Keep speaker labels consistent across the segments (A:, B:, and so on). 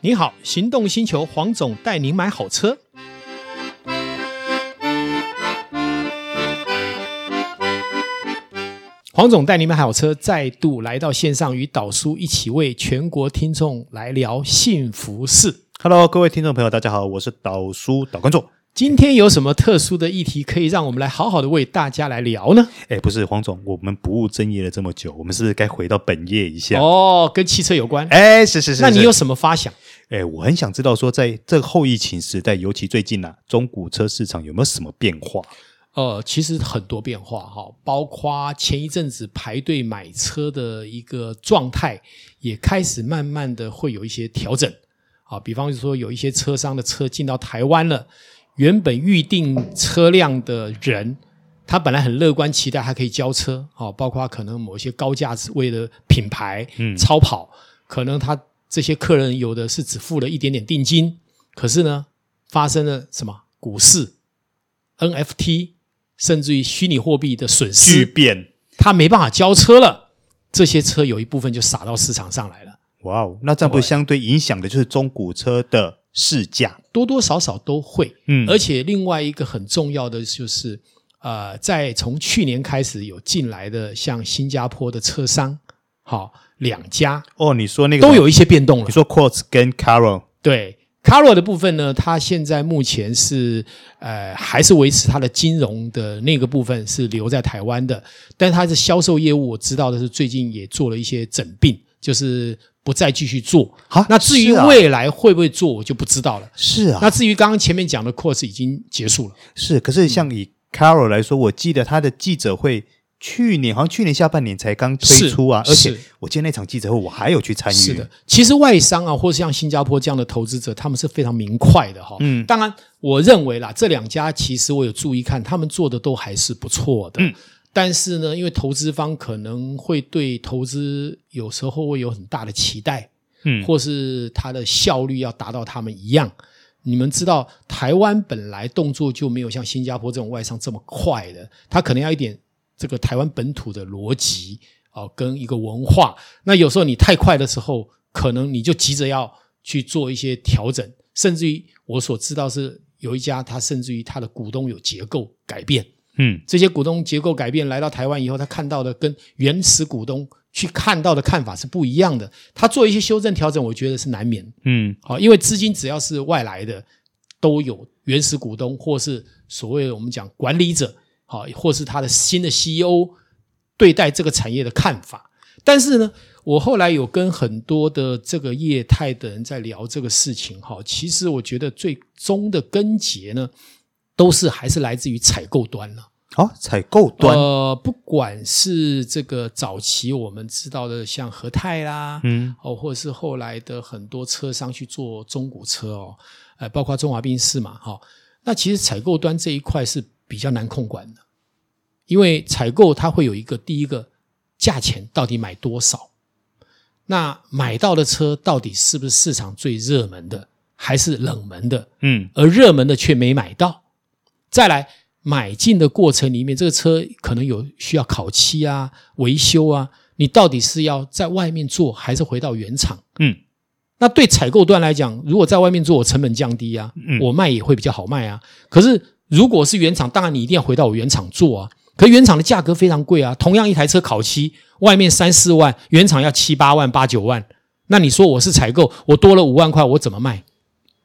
A: 你好，行动星球黄总带您买好车。黄总带您买好车，再度来到线上，与导叔一起为全国听众来聊幸福事。
B: Hello，各位听众朋友，大家好，我是导叔导观众。
A: 今天有什么特殊的议题可以让我们来好好的为大家来聊呢？
B: 哎，不是黄总，我们不务正业了这么久，我们是不是该回到本业一下？
A: 哦，跟汽车有关。
B: 哎、是是是，
A: 那你有
B: 是
A: 什么发想？
B: 哎，我很想知道说，在这个后疫情时代，尤其最近啊，中古车市场有没有什么变化？
A: 呃，其实很多变化哈，包括前一阵子排队买车的一个状态，也开始慢慢的会有一些调整。啊，比方说有一些车商的车进到台湾了，原本预定车辆的人，他本来很乐观期待他可以交车，啊，包括可能某一些高价值位的品牌，
B: 嗯
A: 超跑，可能他这些客人有的是只付了一点点定金，可是呢，发生了什么股市、NFT，甚至于虚拟货币的损
B: 巨
A: 失，
B: 变！
A: 他没办法交车了，这些车有一部分就撒到市场上来了。
B: 哇哦，那这样不是相对影响的就是中古车的市价？
A: 多多少少都会，
B: 嗯
A: 而且另外一个很重要的就是，呃，在从去年开始有进来的，像新加坡的车商，好、两家
B: 哦，你说那个
A: 都，有一些变动了
B: 你。说 Quartz 跟 Caro，
A: 对 c a r o 的部分呢，它现在目前是呃还是维持它的金融的那个部分是留在台湾的，但它的销售业务我知道的是最近也做了一些整并，就是不再继续做。
B: 好
A: 那至于
B: 是啊
A: 未来会不会做，我就不知道了。
B: 是啊
A: 那至于刚刚前面讲的 course 已经结束了，
B: 是，
A: 嗯
B: 可是像以 Caro 来说，我记得他的记者会去年好像去年下半年才刚推
A: 是
B: 出啊，而
A: 是
B: 且我记得那场记者会我还有去参与。
A: 是的，，其实外商啊，或是像新加坡这样的投资者，他们是非常明快的哈、
B: 嗯
A: 当然，我认为啦，这两家其实我有注意看，他们做的都还是不错的。
B: 嗯
A: 但是呢，因为投资方可能会对投资有时候会有很大的期待，
B: 嗯，
A: 或是它的效率要达到他们一样。你们知道，台湾本来动作就没有像新加坡这种外商这么快的，它可能要一点这个台湾本土的逻辑哦，跟一个文化。那有时候你太快的时候，可能你就急着要去做一些调整，甚至于我所知道是有一家，它甚至于它的股东有结构改变，
B: 嗯，
A: 这些股东结构改变来到台湾以后，他看到的跟原始股东去看到的看法是不一样的。他做一些修正调整，我觉得是难免。
B: 嗯，
A: 好、因为资金只要是外来的，都有原始股东或是所谓我们讲管理者，好、或是他的新的 CEO 对待这个产业的看法。但是呢，我后来有跟很多的这个业态的人在聊这个事情，哈、其实我觉得最终的根结呢，都是还是来自于采购端了。
B: 好、采购端，
A: 哦呃，不管是这个早期我们知道的，像和泰啦，
B: 嗯，
A: 哦，或者是后来的很多车商去做中古车哦，呃，包括中华宾士嘛，哈、那其实采购端这一块是比较难控管的，因为采购它会有一个第一个价钱到底买多少，那买到的车到底是不是市场最热门的，还是冷门的？
B: 嗯，
A: 而热门的却没买到。再来买进的过程里面，这个车可能有需要烤漆啊、维修啊，你到底是要在外面做，还是回到原厂？
B: 嗯，
A: 那对采购端来讲，如果在外面做，我成本降低啊，
B: 嗯
A: 我卖也会比较好卖啊。可是如果是原厂，当然你一定要回到我原厂做啊。可原厂的价格非常贵啊，同样一台车烤漆，外面三四万，原厂要七八万、八九万。那你说我是采购，我多了五万块，我怎么卖？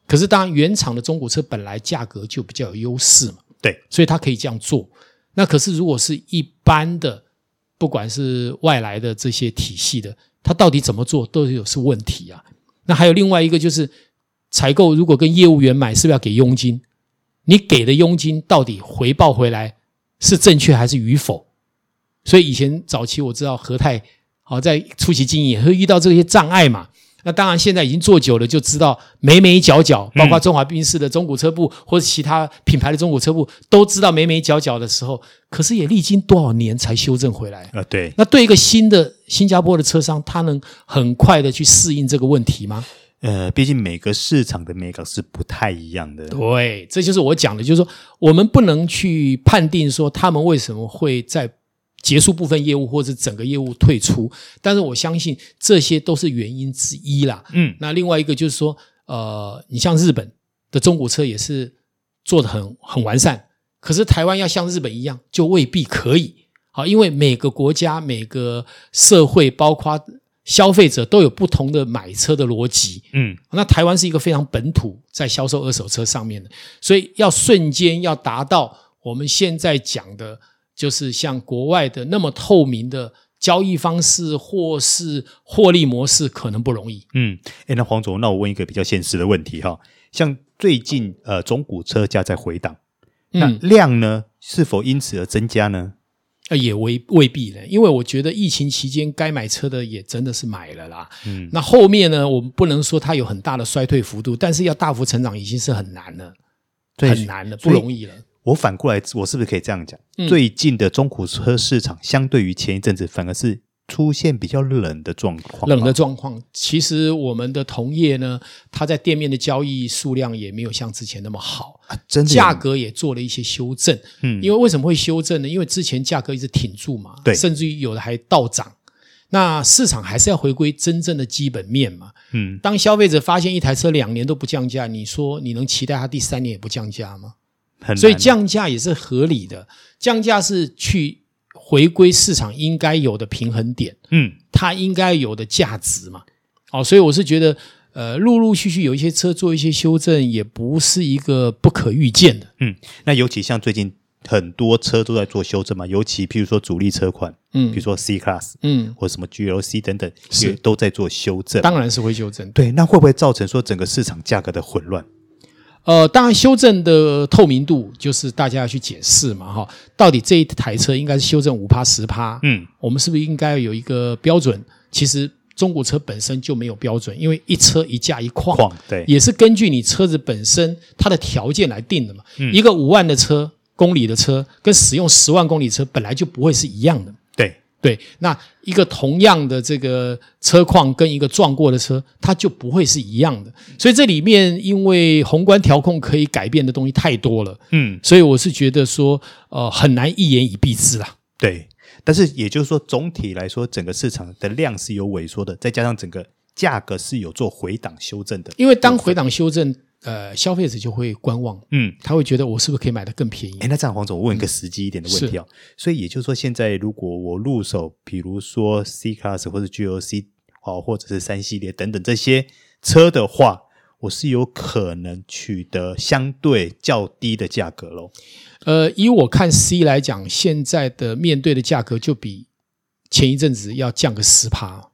A: 可是当然，原厂的中古车本来价格就比较有优势嘛，
B: 对，
A: 所以它可以这样做。那可是如果是一般的，不管是外来的这些体系的，它到底怎么做都有是问题啊。那还有另外一个就是，采购如果跟业务员买，是不是要给佣金？你给的佣金到底回报回来是正确还是与否？所以以前早期我知道和泰好在初期经营也会遇到这些障碍嘛。那当然，现在已经做久了，就知道眉眉角角，包括中华宾士的中古车部或者其他品牌的中古车部，都知道眉眉角角的时候，可是也历经多少年才修正回来。
B: 啊、对，
A: 那对一个新的新加坡的车商，他能很快的去适应这个问题吗？
B: 呃，毕竟每个市场的美感是不太一样的。
A: 对，这就是我讲的，就是说我们不能去判定说他们为什么会在结束部分业务或者整个业务退出，但是我相信这些都是原因之一啦。
B: 嗯
A: 那另外一个就是说，呃，你像日本的中古车也是做的很很完善，可是台湾要像日本一样，就未必可以。好，因为每个国家、每个社会，包括消费者，都有不同的买车的逻辑。
B: 嗯，
A: 哦那台湾是一个非常本土在销售二手车上面的，所以要瞬间要达到我们现在讲的，就是像国外的那么透明的交易方式或是获利模式，可能不容易。
B: 嗯，哎，那黄总，那我问一个比较现实的问题哈，像最近呃中古车价在回档，那
A: 嗯，
B: 量呢是否因此而增加呢？
A: 呃也未未必呢，因为我觉得疫情期间该买车的也真的是买了啦。
B: 嗯，
A: 那后面呢，我们不能说它有很大的衰退幅度，但是要大幅成长已经是很难了，
B: 对
A: 很难了，不
B: 所以
A: 容易了。
B: 我反过来，我是不是可以这样讲？
A: 嗯
B: 最近的中古车市场相对于前一阵子，反而是出现比较冷的状况，
A: 冷的，状况，其实我们的同业呢，它在店面的交易数量也没有像之前那么好，
B: 啊、真的有
A: 价，格也做了一些修正。
B: 嗯，
A: 因为为什么会修正呢？因为之前价格一直挺住嘛，
B: 对
A: 甚至于有的还倒涨。那市场还是要回归真正的基本面嘛。
B: 嗯，
A: 当消费者发现一台车两年都不降价，你说你能期待它第三年也不降价吗？
B: 很
A: 所以
B: 难啊
A: 降价也是合理的，降价是去回归市场应该有的平衡点。
B: 嗯
A: 它应该有的价值嘛。哦，所以我是觉得，呃，陆陆续续有一些车做一些修正，也不是一个不可预见的。
B: 嗯，那尤其像最近很多车都在做修正嘛，尤其譬如说主力车款，
A: 嗯
B: 比如说 C Class
A: 嗯，
B: 或什么 GLC 等等，
A: 是
B: 也都在做修正。
A: 当然是会修正。
B: 对，那会不会造成说整个市场价格的混乱？
A: 呃，当然修正的透明度就是大家要去解释嘛，哈，到底这一台车应该是修正五趴十趴，
B: 嗯，
A: 我们是不是应该有一个标准？其实中古车本身就没有标准，因为一车一价一况。
B: 况对，
A: 也是根据你车子本身它的条件来定的嘛。一个五万的车公里的车，跟使用十万公里车本来就不会是一样的。
B: 对，
A: 对，那一个同样的这个车况跟一个撞过的车，它就不会是一样的。所以这里面因为宏观调控可以改变的东西太多了，
B: 嗯，
A: 所以我是觉得说，呃，很难一言以蔽之啦。
B: 对。但是也就是说，总体来说，整个市场的量是有萎缩的，再加上整个价格是有做回档修正的。
A: 因为当回档修正，呃，消费者就会观望，
B: 嗯，
A: 他会觉得我是不是可以买得更便宜？
B: 哎，那这样黄总，我问一
A: 嗯
B: 个实际一点的问题哦。所以也就是说，现在如果我入手，比如说 C Class 或者 GLC 哦，或者是三系列等等这些车的话，我是有可能取得相对较低的价格喽。
A: 呃，以我看 C 来讲，现在的面对的价格就比前一阵子要降个十趴，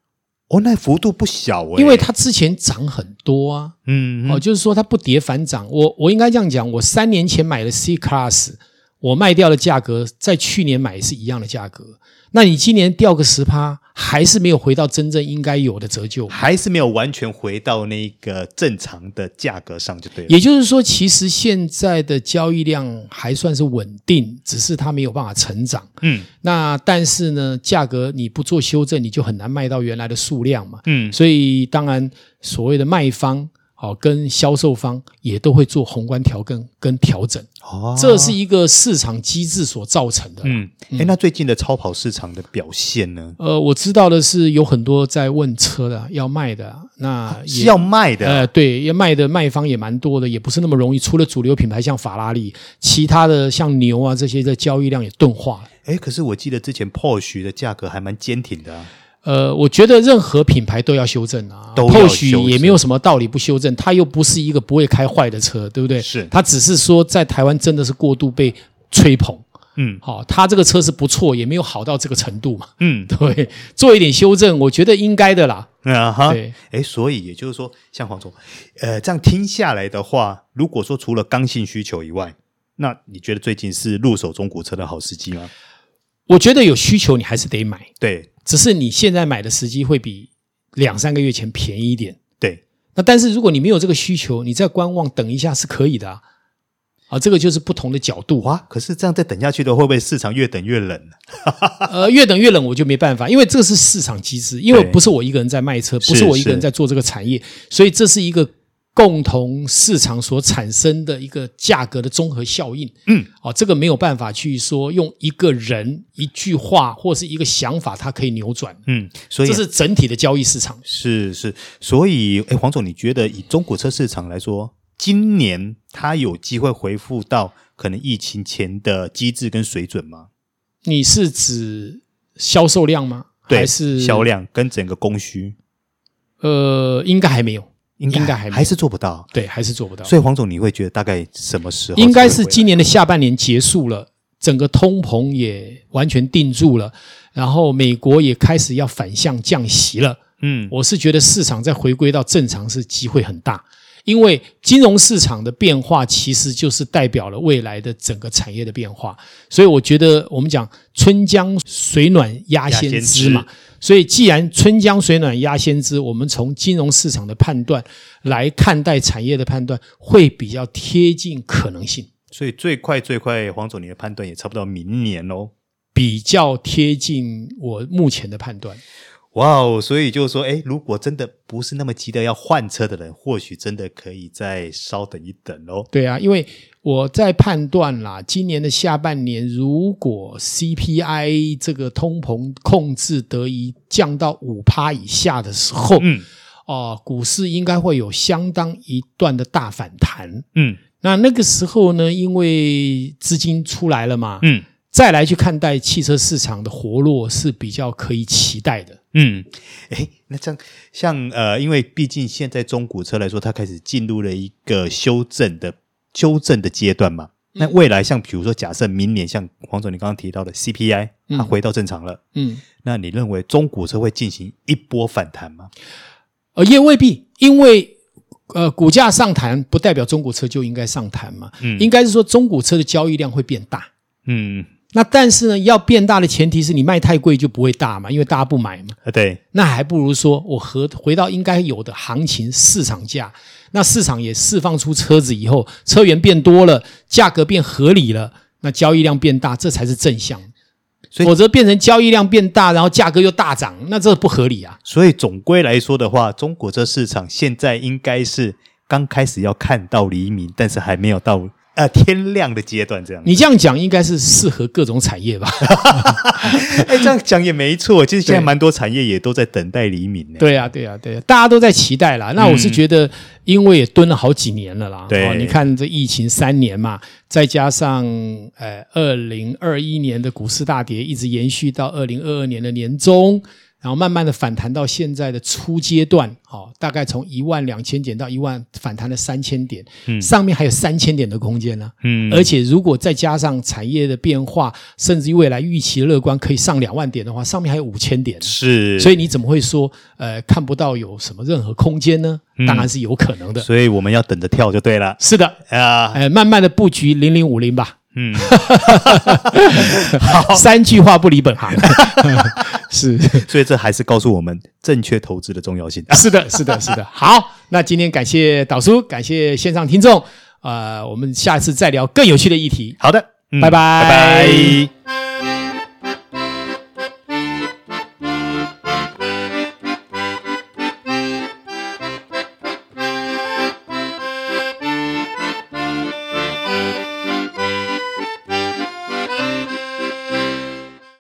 B: 哦，那幅度不小哎、
A: 因为它之前涨很多啊。
B: 嗯
A: 哦，
B: 哦
A: 就是说它不跌反涨。我我应该这样讲，我三年前买的 C Class，我卖掉的价格在去年买是一样的价格。那你今年掉个十趴，还是没有回到真正应该有的折旧。
B: 还是没有完全回到那个正常的价格上就对了。
A: 也就是说，其实现在的交易量还算是稳定，只是它没有办法成长。
B: 嗯
A: 那但是呢，价格你不做修正，你就很难卖到原来的数量嘛。
B: 嗯
A: 所以当然，所谓的卖方哦跟销售方也都会做宏观调更跟调整，
B: 哦
A: 这是一个市场机制所造成的。
B: 嗯哎，那最近的超跑市场的表现呢？
A: 呃，我知道的是有很多在问车的要卖的，啊那
B: 是
A: 也。
B: 要卖的啊、
A: 呃，对，也卖的卖方也蛮多的，也不是那么容易。除了主流品牌像法拉利，其他的像牛啊这些的交易量也钝化了。
B: 哎，可是我记得之前 Porsche 的价格还蛮坚挺的啊。
A: 呃，我觉得任何品牌都要修正啊，
B: 都要
A: 或
B: 修
A: 许
B: 正
A: 也没有什么道理不修正，它又不是一个不会开坏的车，对不对？
B: 是
A: 它只是说在台湾真的是过度被吹捧，
B: 嗯
A: 好、它这个车是不错，也没有好到这个程度嘛，
B: 嗯
A: 对，做一点修正，我觉得应该的啦，
B: 啊哈，
A: 对，
B: 哎，所以也就是说，像黄总，呃，这样听下来的话，如果说除了刚性需求以外，那你觉得最近是入手中古车的好时机吗？
A: 我觉得有需求你还是得买，
B: 对
A: 只是你现在买的时机会比两三个月前便宜一点。
B: 对，
A: 那但是如果你没有这个需求，你再观望等一下是可以的啊，啊，这个就是不同的角度。啊
B: 哇，可是这样再等下去的，会不会市场越等越冷呢？
A: 呃，越等越冷，我就没办法，因为这是市场机制，因为
B: 对
A: 不是我一个人在卖车，不
B: 是
A: 是我一
B: 是
A: 个人在做这个产业，所以这是一个共同市场所产生的一个价格的综合效应。
B: 嗯，
A: 哦，这个没有办法去说用一个人、一句话或是一个想法，它可以扭转。
B: 嗯，所以
A: 这是整体的交易市场。
B: 是是，所以哎，黄总，你觉得以中古车市场来说，今年它有机会恢复到可能疫情前的机制跟水准吗？
A: 你是指销售量吗？
B: 对，
A: 还是
B: 销？量跟整个供需，
A: 呃，应该还没有，
B: 应
A: 应该还没
B: 还是做不到。
A: 对，还是做不到。
B: 所以黄总，你会觉得大概什么时候才会回来？
A: 应该是今年的下半年结束了，整个通膨也完全定住了，然后美国也开始要反向降息了。
B: 嗯
A: 我是觉得市场再回归到正常是机会很大，因为金融市场的变化其实就是代表了未来的整个产业的变化，所以我觉得我们讲春江水暖鸭先知嘛
B: 鸭先，
A: 所以既然春江水暖鸭先知，我们从金融市场的判断来看待产业的判断，会比较贴近可能性，
B: 所以最快最快，黄总你的判断也差不多明年喽。
A: 比较贴近我目前的判断。
B: 哇哦！所以就是说，哎，如果真的不是那么急的要换车的人，或许真的可以再稍等一等喽。
A: 对啊，因为我在判断啦，今年的下半年如果 CPI 这个通膨控制得以降到五趴以下的时候，
B: 嗯
A: 哦、股市应该会有相当一段的大反弹。
B: 嗯
A: 那那个时候呢，因为资金出来了嘛，
B: 嗯
A: 再来去看待汽车市场的活络是比较可以期待的。
B: 嗯，哎，那这样像呃，因为毕竟现在中古车来说，它开始进入了一个修正的修正的阶段嘛。那未来像比如说，假设明年像黄总你刚刚提到的 CPI，
A: 嗯
B: 它回到正常了，
A: 嗯，
B: 那你认为中古车会进行一波反弹吗？
A: 呃，也未必，因为呃，股价上弹不代表中古车就应该上弹嘛，
B: 嗯
A: 应该是说中古车的交易量会变大。
B: 嗯，
A: 那但是呢，要变大的前提是你卖太贵就不会大嘛，因为大家不买嘛。
B: 呃对，
A: 那还不如说我和回到应该有的行情市场价，那市场也释放出车子以后，车源变多了，价格变合理了，那交易量变大，这才是正向。
B: 所以
A: 否则变成交易量变大，然后价格又大涨，那这不合理啊。
B: 所以总归来说的话，中国这市场现在应该是刚开始要看到黎明，但是还没有到呃天亮的阶段这样。
A: 你这样讲应该是适合各种产业吧？
B: 哎，这样讲也没错，其实现在
A: 对
B: 蛮多产业也都在等待黎明呢。，
A: 对呀、对呀、啊对呀、大家都在期待啦。那我是觉得，因为也蹲了好几年了啦。
B: 嗯对
A: 哦，你看这疫情三年嘛，再加上呃，二零二一年的股市大跌，一直延续到二零二二年的年中，然后慢慢的反弹到现在的初阶段，哦，大概从一万两千点到一万，反弹了三千点，
B: 嗯
A: 上面还有三千点的空间呢、
B: 嗯，
A: 而且，如果再加上产业的变化，甚至于未来预期乐观，可以上两万点的话，上面还有五千点呢。
B: 是，
A: 所以你怎么会说呃看不到有什么任何空间呢？
B: 嗯
A: 当然是有可能的。
B: 所以我们要等着跳就对了
A: 是的，
B: 啊。
A: 呃，慢慢的布局零零五零吧。
B: 嗯，
A: 三句话不离本 行，是
B: 所以这还是告诉我们正确投资的重要性。
A: 是的，是的，是的。好，那今天感谢导叔，感谢线上听众，呃，我们下次再聊更有趣的议题。
B: 好的，嗯
A: 拜拜
B: 拜拜。